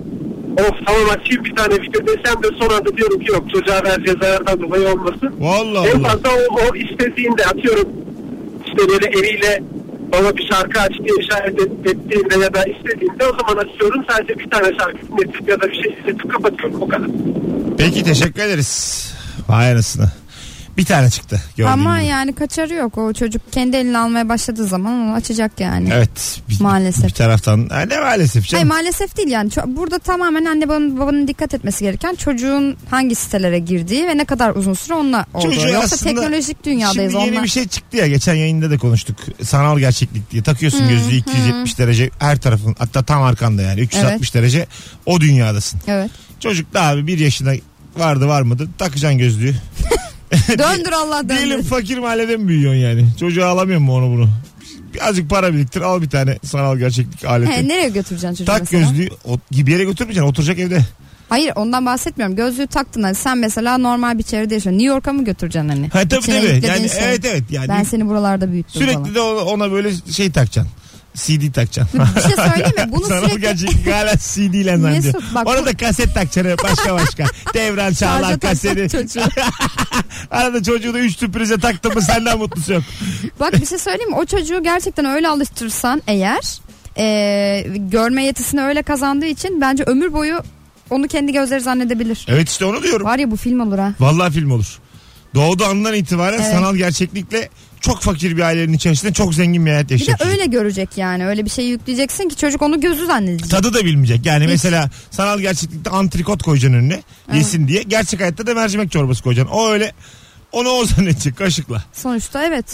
of tamam açayım bir tane video desem de son anda diyorum ki yok çocuğa vereceğiz ayardan dolayı olmasın. Valla En Allah. fazla o, o istediğinde atıyorum işte böyle eliyle bana bir şarkı aç diye işaret et- ettiğinde ya da istediğinde o zaman açıyorum sadece bir tane şarkı dinletip ya da bir şey izletip kapatıyorum o kadar. Peki teşekkür ederiz. Vay anasını. Bir tane çıktı. Gördüğüm Ama gibi. yani kaçarı yok. O çocuk kendi eline almaya başladığı zaman onu açacak yani. Evet. Bir, Maalesef. Bir taraftan. Ha, ne maalesef Hayır canım. maalesef değil yani. Ço- Burada tamamen anne babanın, babanın dikkat etmesi gereken çocuğun hangi sitelere girdiği ve ne kadar uzun süre onunla olduğu. Çocuğu Yoksa aslında- teknolojik dünyadayız. Şimdi yeni onlar. bir şey çıktı ya geçen yayında da konuştuk. Sanal gerçeklik diye takıyorsun gözlüğü 270 derece her tarafın hatta tam arkanda yani 360 derece o dünyadasın. [laughs] Evet. Çocuk da abi bir yaşına vardı var mıdır takacaksın gözlüğü. Döndür Allah Diyelim döndür. fakir mahallede mi büyüyorsun yani? Çocuğa alamıyor mu onu bunu? Birazcık para biriktir al bir tane sanal gerçeklik aleti. [laughs] He, nereye götüreceksin çocuğu Tak mesela? gözlüğü o, bir yere götürmeyeceksin oturacak evde. Hayır ondan bahsetmiyorum. Gözlüğü taktın hani sen mesela normal bir çevrede yaşıyorsun. New York'a mı götüreceksin hani? Ha, tabii İçine tabii. yüklediğin Yani, şey. evet evet yani Ben seni buralarda büyüttüm sürekli falan. de ona, ona böyle şey takacaksın. CD takacaksın. [laughs] Bir şey söyleyeyim mi? Bunu Sanal sürekli gerçeklik hala CD ile zannediyor. Mesut, bak Orada kaset takacaksın başka [laughs] başka. Devran Çağlar Şarja taksak kaseti. çocuğu. Arada çocuğu da üç tüprize taktın mı senden mutlusu yok. Bak bir şey söyleyeyim mi? O çocuğu gerçekten öyle alıştırırsan eğer e, görme yetisini öyle kazandığı için bence ömür boyu onu kendi gözleri zannedebilir. Evet işte onu diyorum. Var ya bu film olur ha. Vallahi film olur. Doğduğu andan itibaren Evet. sanal gerçeklikle çok fakir bir ailenin içerisinde çok zengin bir hayat Bir de yaşayacak. çocuk. öyle görecek yani. Öyle bir şey yükleyeceksin ki çocuk onu gözü zannedecek. Tadı da bilmeyecek. Yani Hiç. mesela sanal gerçeklikte antrikot koyacaksın önüne yesin diye. Gerçek hayatta da mercimek çorbası koyacaksın. O öyle onu o [laughs] zannedecek kaşıkla. Sonuçta evet.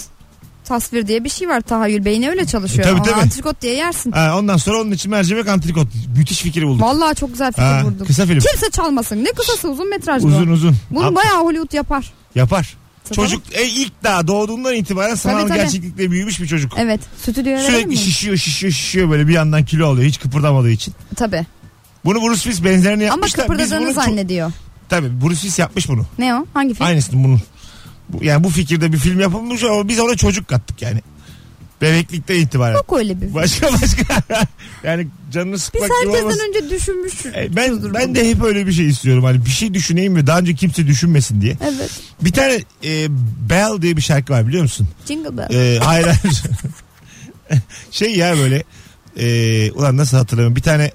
Tasvir diye bir şey var. Tahayyül beyni öyle çalışıyor. E, tabii, Onu tabii. antrikot diye yersin. Ha, ondan sonra onun için mercimek antrikot. Müthiş fikir bulduk. Vallahi çok güzel fikir Ha, vurdun. kısa film. Kimse çalmasın. Ne kısası uzun metraj bu. Uzun uzun. Bunu Ab- bayağı Hollywood yapar. Yapar. Tabii. Çocuk e, ilk daha doğduğundan itibaren sanal Tabii, tabii. gerçeklikle büyümüş bir çocuk. Evet. Stüdyoya verelim Sürekli mi? şişiyor şişiyor şişiyor böyle bir yandan kilo alıyor hiç kıpırdamadığı için. Tabii. Bunu Bruce Willis benzerini Ama yapmışlar. Biz kıpırdadığını bunu çok- zannediyor. Tabii Bruce Willis yapmış bunu. Ne o? Hangi film? Aynısını bunun. Bu, yani bu fikirde bir film yapılmış ama biz ona çocuk kattık yani. Bebeklikten itibaren. Yok öyle bir Başka başka. [laughs] yani canını Biz sıkmak gibi olmasın. herkesten önce düşünmüş. E, Ben, ben de hep öyle bir şey istiyorum. Hani bir şey düşüneyim ve daha önce kimse düşünmesin diye. Evet. Bir tane e, Bell diye bir şarkı var biliyor musun? Jingle Bell. [laughs] E, hayır hayır. [laughs] şey ya böyle. E, ulan nasıl hatırlamıyorum. Bir tane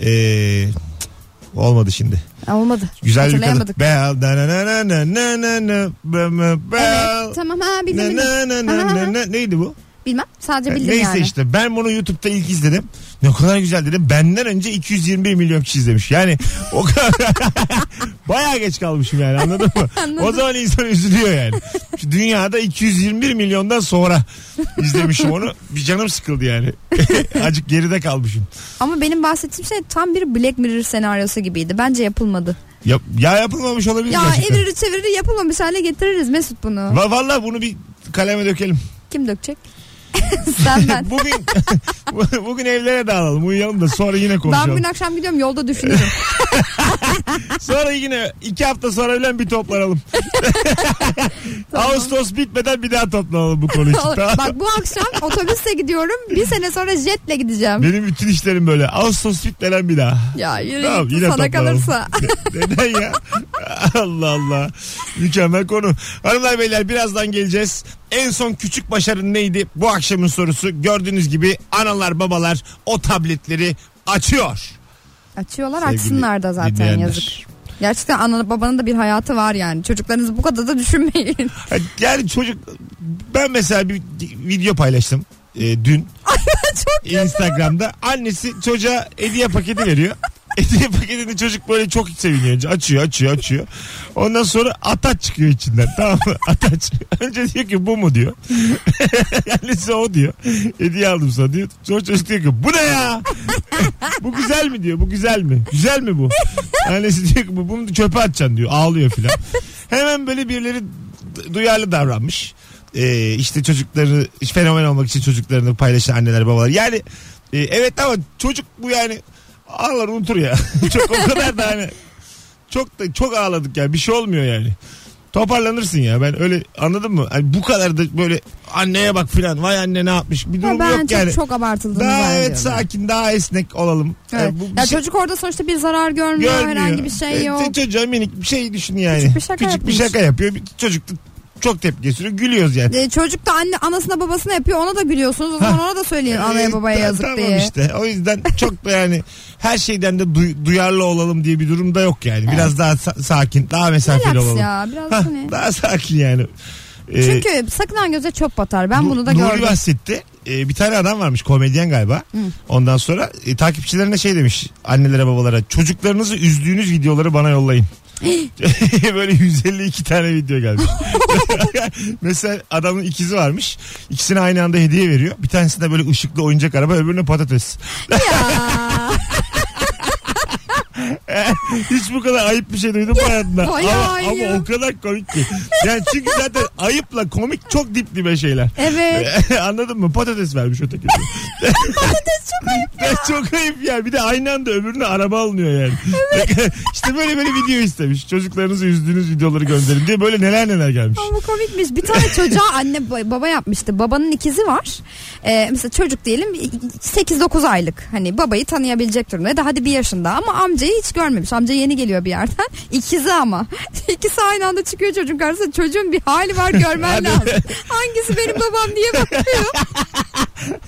e, cık, olmadı şimdi. Ha, olmadı. Güzel bir kadın. Hatırlayamadık. Bell. Na, na, na, na, na, na, na, na, na, na, Bell. Evet. Tamam ha bildim Na, bildim. na, na, na, Aha, na, aha. na. Neydi bu? Bilmem. Sadece bildim Neyse yani. işte ben bunu YouTube'da ilk izledim. Ne kadar güzel dedim. Benden önce 221 milyon kişi izlemiş. Yani o kadar [laughs] bayağı geç kalmışım yani anladın [laughs] mı? O zaman insan üzülüyor yani. Şu dünyada 221 milyondan sonra izlemişim onu. Bir canım sıkıldı yani. [laughs] Acık geride kalmışım. Ama benim bahsettiğim şey tam bir Black Mirror senaryosu gibiydi. Bence yapılmadı. Ya, ya yapılmamış olabilir Ya gerçekten. eviriri çeviriri yapılmamış hale getiririz Mesut bunu. Va- Valla bunu bir kaleme dökelim. Kim dökecek? [laughs] [laughs] Sen [laughs] ben. Bugün bugün evlere dağılalım uyuyalım da sonra yine ben konuşalım. bugün akşam gidiyorum [laughs] yolda düşünürüm. [laughs] Sonra yine iki hafta sonra öyle bir [laughs] toplanalım. Ağustos bitmeden bir daha toplanalım bu konu için. tamam. [laughs] Bak bu akşam otobüsle gidiyorum. Bir sene sonra jetle gideceğim. Benim bütün işlerim böyle. Ağustos bitmeden bir daha. Ya yürü Tamam, git, yine sana toplanalım. kalırsa. [laughs] Neden ya? Allah Allah. Mükemmel konu. Hanımlar beyler birazdan geleceğiz. En son küçük başarın neydi? Bu akşamın sorusu gördüğünüz gibi analar babalar o tabletleri açıyor. Açıyorlar Sevgili açsınlar da zaten dinleyenler. yazık. Gerçekten ana babanın da bir hayatı var yani. Çocuklarınızı bu kadar da düşünmeyin. [laughs] Yani çocuk ben mesela bir video paylaştım e, dün. Instagram'da annesi çocuğa hediye paketi veriyor. hediye paketini çocuk böyle çok seviniyor. Açıyor açıyor açıyor. Ondan sonra ataç çıkıyor içinden. Tamam mı? [laughs] Ataç. Önce diyor ki bu mu diyor. [laughs] annesi o diyor. Hediye aldım sana diyor. Sonra çocuk diyor ki bu ne ya? bu güzel mi diyor. Bu güzel mi? Güzel mi bu? Annesi diyor ki bu bunu çöpe atacaksın diyor. Ağlıyor filan. Hemen böyle birileri d- duyarlı davranmış. Ee, işte çocukları işte fenomen olmak için çocuklarını paylaşan anneler babalar. Yani e, evet ama çocuk bu yani ağlar unutur ya. [laughs] çok o kadar da hani çok da çok ağladık ya. Bir şey olmuyor yani. Toparlanırsın ya ben öyle anladın mı? Hani bu kadar da böyle anneye bak filan vay anne ne yapmış bir Ya durum ben yok çok, yani. çok abartıldığını daha zannediyorum. evet sakin daha esnek olalım. Evet. Yani bu bir ya şey- çocuk orada sonuçta bir zarar görmüyor, herhangi bir şey E, yok. ç- çocuğa minik bir şey düşün yani. Küçük bir şaka bir yapmış. şaka yapıyor. Bir- Çocuk da çok tepki gösteriyor. Gülüyoruz yani. E, çocuk da anne anasına babasına yapıyor ona da gülüyorsunuz. O zaman ona da söyleyin anaya E, babaya ta- yazık tamam diye. işte. O yüzden çok da yani her şeyden de duy- duyarlı olalım diye bir durumda yok yani. Biraz daha sa- sakin, daha mesafeli Relax olalım. ya biraz Hah, hani. daha sakin yani. E, Çünkü sakınan göze çöp batar. Ben Nu- bunu da Nuri gördüm. bahsetti. Ee, bir tane adam varmış komedyen galiba. Ondan sonra e, takipçilerine şey demiş annelere babalara çocuklarınızı üzdüğünüz videoları bana [gasps] yollayın. [laughs] Böyle 152 tane video [laughs] gelmiş. Mesela adamın ikizi varmış. İkisine aynı anda hediye veriyor. Bir tanesine böyle ışıklı oyuncak araba öbürüne [gasps] patates. [laughs] Hiç bu kadar ayıp bir şey duydum mu hayatımda? bayağı Ama, ayıp. ama o kadar komik ki. Yani çünkü zaten ayıpla komik çok dip dibe şeyler. Evet. [laughs] Anladın mı? Patates vermiş öteki. [laughs] Patates çok ayıp ya. çok ayıp ya. Bir de aynı anda öbürüne araba alınıyor yani. [laughs] işte böyle böyle video istemiş. Çocuklarınızı üzdüğünüz videoları gönderin diye böyle neler neler gelmiş. Ama bu komikmiş. Bir tane çocuğa anne ba- baba yapmıştı. Babanın ikizi var. Ee, mesela çocuk diyelim 8-9 aylık. Hani babayı tanıyabilecek durumda. Ya da hadi bir yaşında ama amcayı hiç görmemiş. Amca yeni geliyor bir yerden. [laughs] İkizi ama. İkisi aynı anda çıkıyor çocuğun karşısına. Çocuğun bir hali var görmen lazım. Hangisi benim babam diye bakıyor.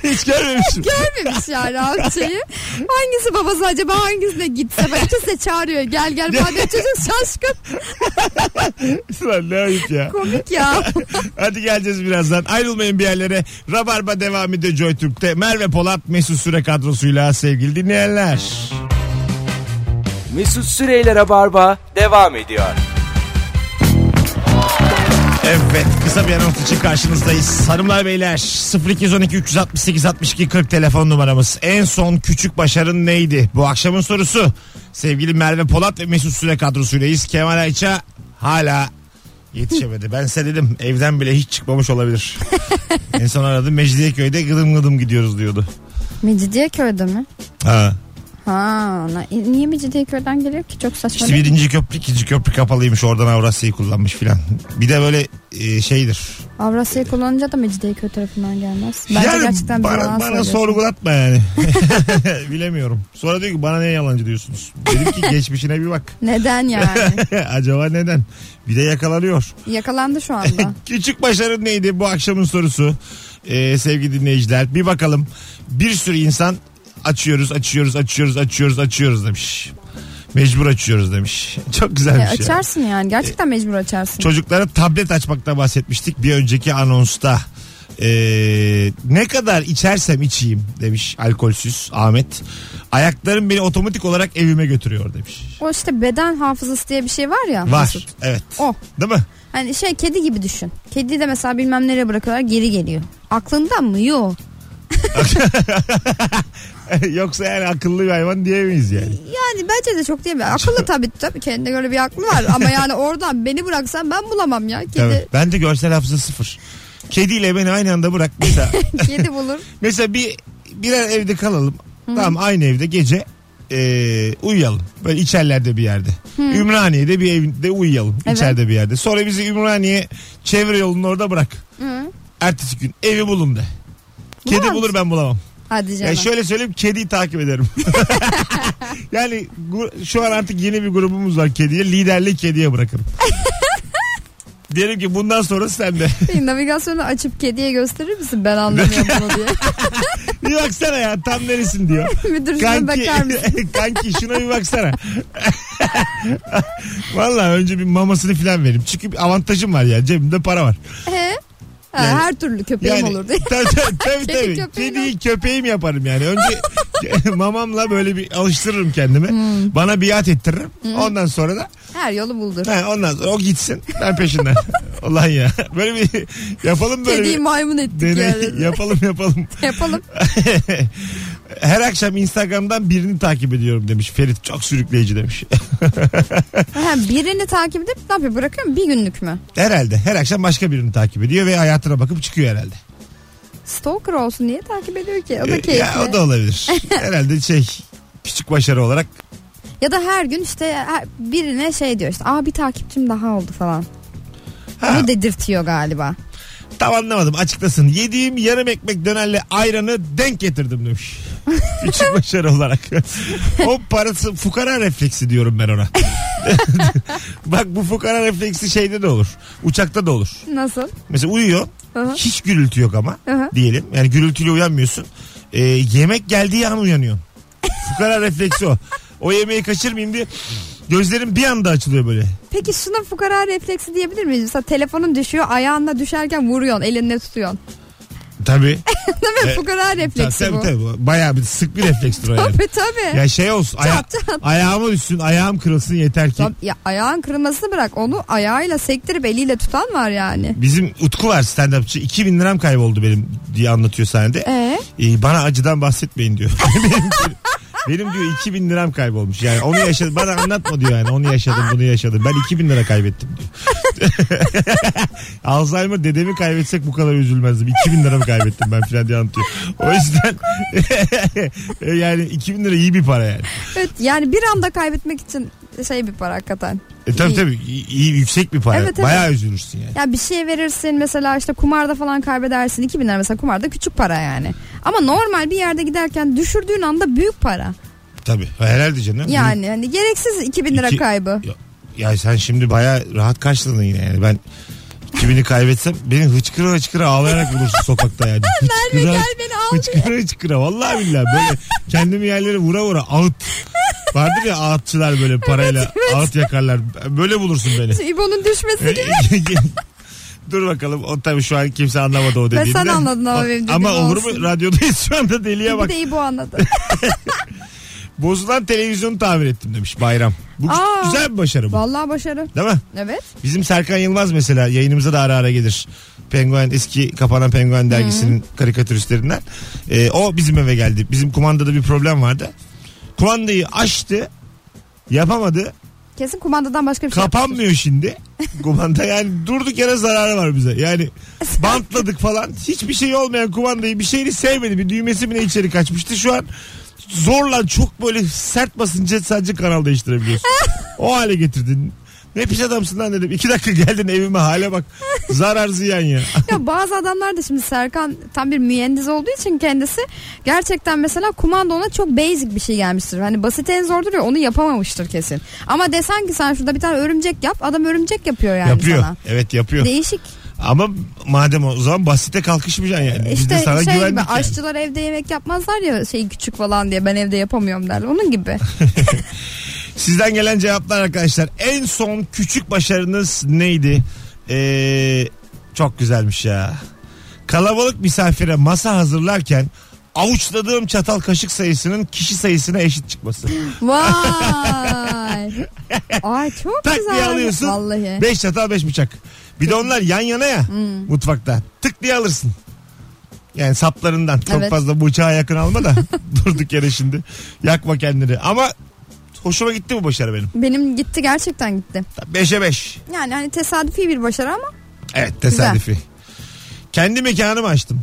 Hiç görmemişim. [laughs] Görmemiş yani amcayı. Hangisi babası acaba hangisine gitse. Bak ikisi de çağırıyor. Gel gel madem çocuk şaşkın. Lan ne ayıp ya. Komik ya. Hadi geleceğiz birazdan. Ayrılmayın bir yerlere. Rabarba devam ediyor JoyTürk'te. Merve Polat Mesut Süre kadrosuyla sevgili dinleyenler. Mesut Süreyler'e barba devam ediyor. Evet kısa bir anons için karşınızdayız. Hanımlar beyler 0212 368 62 40 telefon numaramız. En son küçük başarın neydi? Bu akşamın sorusu. Sevgili Merve Polat ve Mesut Süre kadrosuylayız. Kemal Ayça hala yetişemedi. Ben size dedim evden bile hiç çıkmamış olabilir. en son aradım Mecidiyeköy'de gıdım gıdım gidiyoruz diyordu. Mecidiyeköy'de mi? Ha. Ha, na- e, niye Mecidiyeköy'den geliyor ki? Çok saçma İşte değil mi? birinci köprü ikinci köprü kapalıymış oradan Avrasya'yı kullanmış filan. Bir de böyle e, şeydir Avrasya'yı kullanınca da Mecidiyeköy tarafından gelmez. Bence Yani gerçekten bir bana, yalan bana söylüyorsun. sorgulatma yani. [laughs] Bilemiyorum. Sonra diyor ki bana ne yalancı diyorsunuz. Dedim ki geçmişine bir bak. [laughs] Neden yani? Acaba neden? Bir de yakalanıyor. Yakalandı şu anda. Küçük başarın neydi bu akşamın sorusu? Ee, sevgili dinleyiciler bir bakalım. Bir sürü insan açıyoruz açıyoruz açıyoruz açıyoruz açıyoruz demiş. Mecbur açıyoruz demiş. [laughs] Çok güzel E, bir şey. açarsın yani. Gerçekten mecbur açarsın. Çocuklara tablet açmakta bahsetmiştik bir önceki anonsta. Ee, ne kadar içersem içeyim demiş alkolsüz Ahmet. Ayaklarım beni otomatik olarak evime götürüyor demiş. O işte beden hafızası diye bir şey var ya. Var. Mesut. Evet. O. Değil mi? [laughs] Hani şey kedi gibi düşün. Kedi de mesela bilmem nereye bırakıyorlar geri geliyor. Aklından mı? Yok. Yoksa yani akıllı bir hayvan diyemeyiz yani. Yani Hani bence de çok değil mi? Akıllı tabii tabii kendine göre bir aklı var. Ama yani oradan beni bıraksan ben bulamam ya. Kedi, Tabii. Bence görsel hafıza sıfır. Kediyle beni aynı anda bırak. Mesela, [laughs] kedi bulur. mesela bir birer evde kalalım. Tamam aynı evde gece ee, uyuyalım. Böyle içerlerde bir yerde. Ümraniye'de bir evde uyuyalım. Evet. İçeride bir yerde. Sonra bizi Ümraniye çevre yolunun orada bırak. Hı. Ertesi gün evi bulun de. Kedi Bulamaz. bulur ben bulamam. Hadi Yani canım. şöyle söyleyeyim kediyi takip [laughs] ederim. [laughs] yani gu- şu an artık yeni bir grubumuz var kediye. Liderliği kediye [laughs] bırakırım. Diyelim ki bundan sonra sende. Peki, navigasyonu açıp kediye gösterir misin? Ben anlamıyorum [laughs] bunu diye. [laughs] [laughs] bir baksana ya tam neresin diyor. Müdür şuna Kanki, bakar mısın? [laughs] kanki şuna bir baksana. [laughs] Valla önce bir mamasını falan veririm. Çünkü bir avantajım var ya cebimde para var. He? Ha, Yani- her türlü köpeğim olur diye. tabii tabii, tabii, Kedi tabii. köpeğin Kediyi köpeğim yaparım yani. Önce [laughs] mamamla böyle bir alıştırırım kendimi. Hmm. Bana biat ettiririm. Ondan sonra da [laughs] Her yolu buldur. ha, ondan sonra o gitsin. Ben [laughs] peşinden. Ulan ya. Böyle bir yapalım böyle Kediyi bir. maymun ettik Deney, [laughs] yani. yapalım yapalım. Yapalım. Her akşam Instagram'dan birini takip ediyorum demiş. Ferit çok sürükleyici demiş. Ha, birini takip edip ne yapıyor? Bırakıyor mu? Bir günlük mü? herhalde her akşam başka birini takip ediyor ve hayatına bakıp çıkıyor herhalde. Stalker olsun. Niye takip ediyor ki? O da Ee, keyifli. [laughs] Ya, o da olabilir. herhalde şey küçük büyük başarı olarak. Ya da her gün işte her- birine şey diyor işte aa bir takipçim daha oldu falan. Ha. Bunu dedirtiyor galiba. Tam anlamadım açıklasın. Yediğim yarım ekmek dönerle ayranı denk getirdim [laughs] demiş. Küçük başarı olarak. o parası fukara refleksi diyorum ben [laughs] ona. [laughs] Bak bu fukara refleksi şeyde de olur. Uçakta da olur. Nasıl? Mesela uyuyor. Hı hı. Hiç gürültü yok ama Hı hı. diyelim. Yani gürültüyle uyanmıyorsun. Ee, yemek geldiği an uyanıyorsun. Fukara refleksi o. O yemeği kaçırmayayım diye gözlerim bir anda açılıyor böyle. Peki şuna fukara refleksi diyebilir miyiz? Mesela telefonun düşüyor ayağına düşerken vuruyorsun elinle tutuyorsun. Tabii. Değil mi? E, fukara tabii, [laughs] refleksi tabii, bu. tabii. Bayağı bir sık bir reflekstir o yani. [laughs] Tabii tabii. Ya şey olsun aya- Çat, çat. ayağıma düşsün ayağım kırılsın yeter ki. Tam- ya ayağın kırılmasını bırak onu ayağıyla sektirip eliyle tutan var yani. Bizim Utku var stand-upçı 2000 liram kayboldu benim diye anlatıyor sahnede. Ee? Ee, bana acıdan bahsetmeyin diyor. [laughs] benim, benim diyor 2000 liram kaybolmuş. Yani onu yaşadım. Bana anlatma diyor yani. Onu yaşadım bunu yaşadım. Ben 2000 lira kaybettim diyor. [laughs] Alzheimer dedemi kaybetsek bu kadar üzülmezdim. 2000 lira mı kaybettim ben filan diye anlatıyor. O yüzden [laughs] E, yani 2000 lira iyi bir para yani. Evet yani bir anda kaybetmek için şey bir para hakikaten. E, tabii İyi. tabii iyi, iyi, yüksek bir para. Evet, evet. Bayağı üzülürsün yani. Ya bir şey verirsin mesela işte kumarda falan kaybedersin 2000 lira mesela kumarda küçük para yani. Ama normal bir yerde giderken düşürdüğün anda büyük para. Tabii. Herhalde canım. Yani hani gereksiz 2000 lira İki- kaybı. Ya, ya sen şimdi baya rahat karşıladın yine yani. Ben 2000'i kaybetsem beni hıçkıra hıçkıra ağlayarak bulursun sokakta yani. [laughs] Merve Hıçkıra, gel beni al. hıçkıra hıçkıra. Vallahi billahi böyle kendimi yerlere vura vura ağıt. Vardır ya ağıtçılar böyle parayla ağıt yakarlar. Böyle bulursun beni. İbo'nun E, düşmesi gibi. [laughs] Dur bakalım. O tabii şu an kimse anlamadı o Ben dediğini. sen de. anladın ama benim dediğim Ama olur olsun. mu? Radyodayız şu anda deliye Bir bak. de [laughs] İbo anladı. Bozulan televizyonu tamir ettim demiş Bayram. Bu Aa. güzel bir başarı bu. Vallahi başarı. Değil mi? Evet. Bizim Serkan Yılmaz mesela yayınımıza da ara ara gelir. Penguen eski kapanan Penguen dergisinin karikatüristlerinden. Ee, o bizim eve geldi. Bizim kumandada bir problem vardı. Kumandayı açtı. Yapamadı. Kesin kumandadan başka bir şey. Kapanmıyor şimdi. Kumanda yani durduk yere zararı var bize. Yani bantladık falan. Hiçbir şey olmayan kumandayı bir şeyini sevmedi. Bir düğmesi bile içeri kaçmıştı. Şu an zorla çok böyle sert basınca sadece kanal değiştirebiliyorsun. o hale getirdin. Ne pis adamsın lan dedim. İki dakika geldin evime hale bak. Zarar ziyan ya. Ya bazı adamlar da şimdi Serkan tam bir mühendis olduğu için kendisi gerçekten mesela kumanda ona çok basic bir şey gelmiştir. Hani basit en zordur ya onu yapamamıştır kesin. Ama desen ki sen şurada bir tane örümcek yap adam örümcek yapıyor yani yapıyor. sana. Evet yapıyor. Değişik. Ama madem o zaman basite kalkışmayacaksın yani. Biz de İşte sana şey gibi güvendik yani. aşçılar evde yemek yapmazlar ya şey küçük falan diye ben evde yapamıyorum derler. [laughs] Onun gibi. Sizden gelen cevaplar arkadaşlar. En son küçük başarınız neydi? Ee, çok güzelmiş ya. Kalabalık misafire masa hazırlarken avuçladığım çatal kaşık sayısının kişi sayısına eşit [laughs] çıkması. Vay. Ay çok Tak güzel. diye alıyorsun. Vallahi. Beş çatal beş bıçak. Bir de onlar yan yana ya mutfakta. Tık diye alırsın. Yani saplarından çok Evet. fazla bıçağa yakın alma [laughs] da durduk yere şimdi. Yakma kendini. Ama hoşuma gitti bu başarı benim. Benim gitti gerçekten gitti. Beşe beş. Yani hani tesadüfi bir başarı ama Evet tesadüfi. Kendi mekanımı açtım.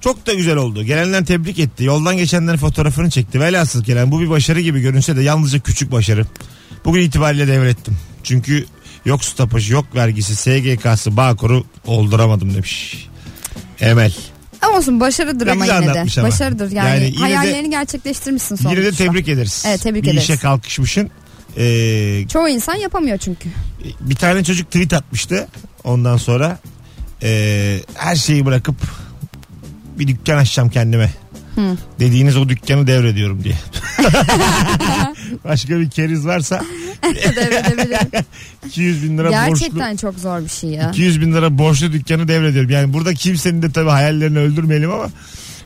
Çok da güzel oldu. Gelenler tebrik etti. Yoldan geçenler fotoğrafını çekti. Velhasıl gelen bu bir başarı gibi görünse de yalnızca küçük başarı. Bugün itibariyle devrettim. Çünkü yok stopaj, yok vergisi, SGK'sı, Bağkur'u olduramadım demiş. Emel. Ama olsun başarıdır Ne ama güzel yine anlatmış de. ama. Başarıdır yani. Yani yine de- Hayallerini gerçekleştirmişsin sonuçta. Yine de tebrik ederiz. Evet, tebrik bir ederiz. işe kalkışmışın. Ee, Çoğu insan [laughs] yapamıyor çünkü. bir tane çocuk tweet atmıştı. Ondan sonra eee, her şeyi bırakıp bir dükkan açacağım kendime. Hı. Dediğiniz o dükkanı devrediyorum [laughs] diye. Başka bir keriz varsa Devredebilirim. 200 bin lira borçlu. gerçekten çok zor bir şey ya. 200 bin lira borçlu dükkanı devrediyorum. Yani burada kimsenin de tabii hayallerini öldürmeyelim ama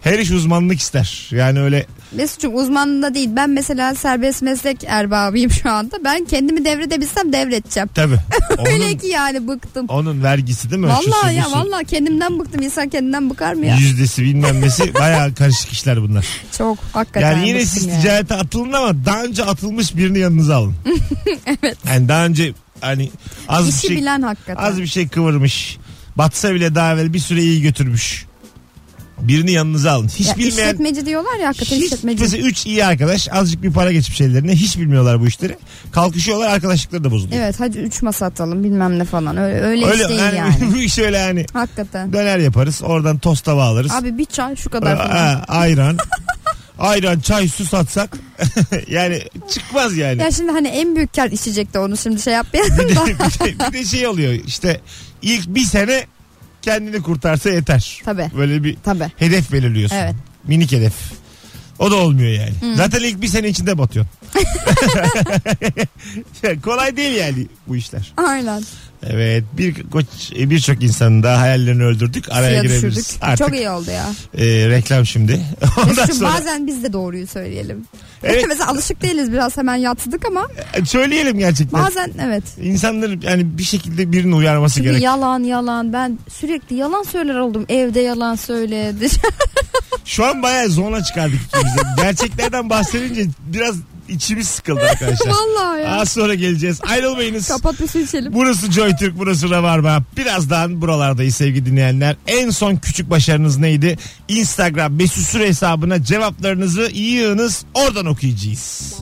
her iş uzmanlık ister. Yani öyle Mesut'cum uzmanında değil. Ben mesela serbest meslek erbabıyım şu anda. Ben kendimi devredebilsem devredeceğim. tabii. [laughs] Öyle Onun, ki yani bıktım. onun vergisi değil mi? Şusu, Vallahi ya busu, vallahi kendimden bıktım. İnsan kendinden bıkar mı ya? Yüzdesi bilmem nesi bayağı karışık işler bunlar. Çok hakikaten Yani yine bıktım siz ya. ticarete atılın ama daha önce atılmış birini yanınıza [laughs] alın. evet. Yani daha önce hani az İşi bir şey bilen hakikaten. az bir şey kıvırmış. Batsa bile daha evvel bir süre iyi götürmüş. Birini yanınıza alın. Hiç şey Ya bilmeyen şey- işletmeci diyorlar ya hakikaten hiç, işletmeci. mesela 3 iyi arkadaş azıcık bir para geçmiş ellerine hiç bilmiyorlar bu işleri. Kalkışıyorlar arkadaşlıkları da bozuluyor. Evet hadi 3 masa atalım bilmem ne falan. Öyle, öyle, iş değil yani. [laughs] bu iş öyle yani Hakikaten. döner yaparız oradan tost tava alırız. [laughs] Abi bir çay şu kadar Ha, falan. ha, ayran. ayran çay su satsak [laughs] yani çıkmaz yani. Ya şimdi hani en büyük kar içecekti onu şimdi şey [laughs] yapmayalım bir, da. de, bir de- bir de şey oluyor işte ilk bir sene kendini kurtarsa yeter. [laughs] Tabii. Böyle bir Tabii. hedef belirliyorsun. Evet. Minik hedef. O da olmuyor yani. Zaten ilk bir sene içinde [laughs] batıyorsun. [laughs] Ya Kolay değil yani bu işler. Aynen. Evet bir koç e, birçok insanın daha hayallerini öldürdük. Araya Suya girebiliriz. düşürdük. Artık Çok iyi oldu ya. e, reklam şimdi. [laughs] Ondan Mesut'cum sonra bazen biz de doğruyu söyleyelim. Evet. Mesela alışık değiliz biraz hemen yatsıdık ama söyleyelim gerçekten. bazen evet. İnsanların yani bir şekilde birini uyarması Çünkü gerek. yalan yalan ben sürekli yalan söyler oldum. Evde yalan söyle. [laughs] Şu an bayağı zona çıkardık ikimiz de. Gerçeklerden bahsedince biraz içimiz sıkıldı arkadaşlar. Vallahi ya. Az sonra geleceğiz. Ayrılmayınız. Kapat bir su içelim. Burası Joy Türk, burası Rabarba. Birazdan buralardayız sevgili dinleyenler. En son küçük başarınız neydi? Instagram Mesut Süre hesabına cevaplarınızı yığınız. Oradan okuyacağız.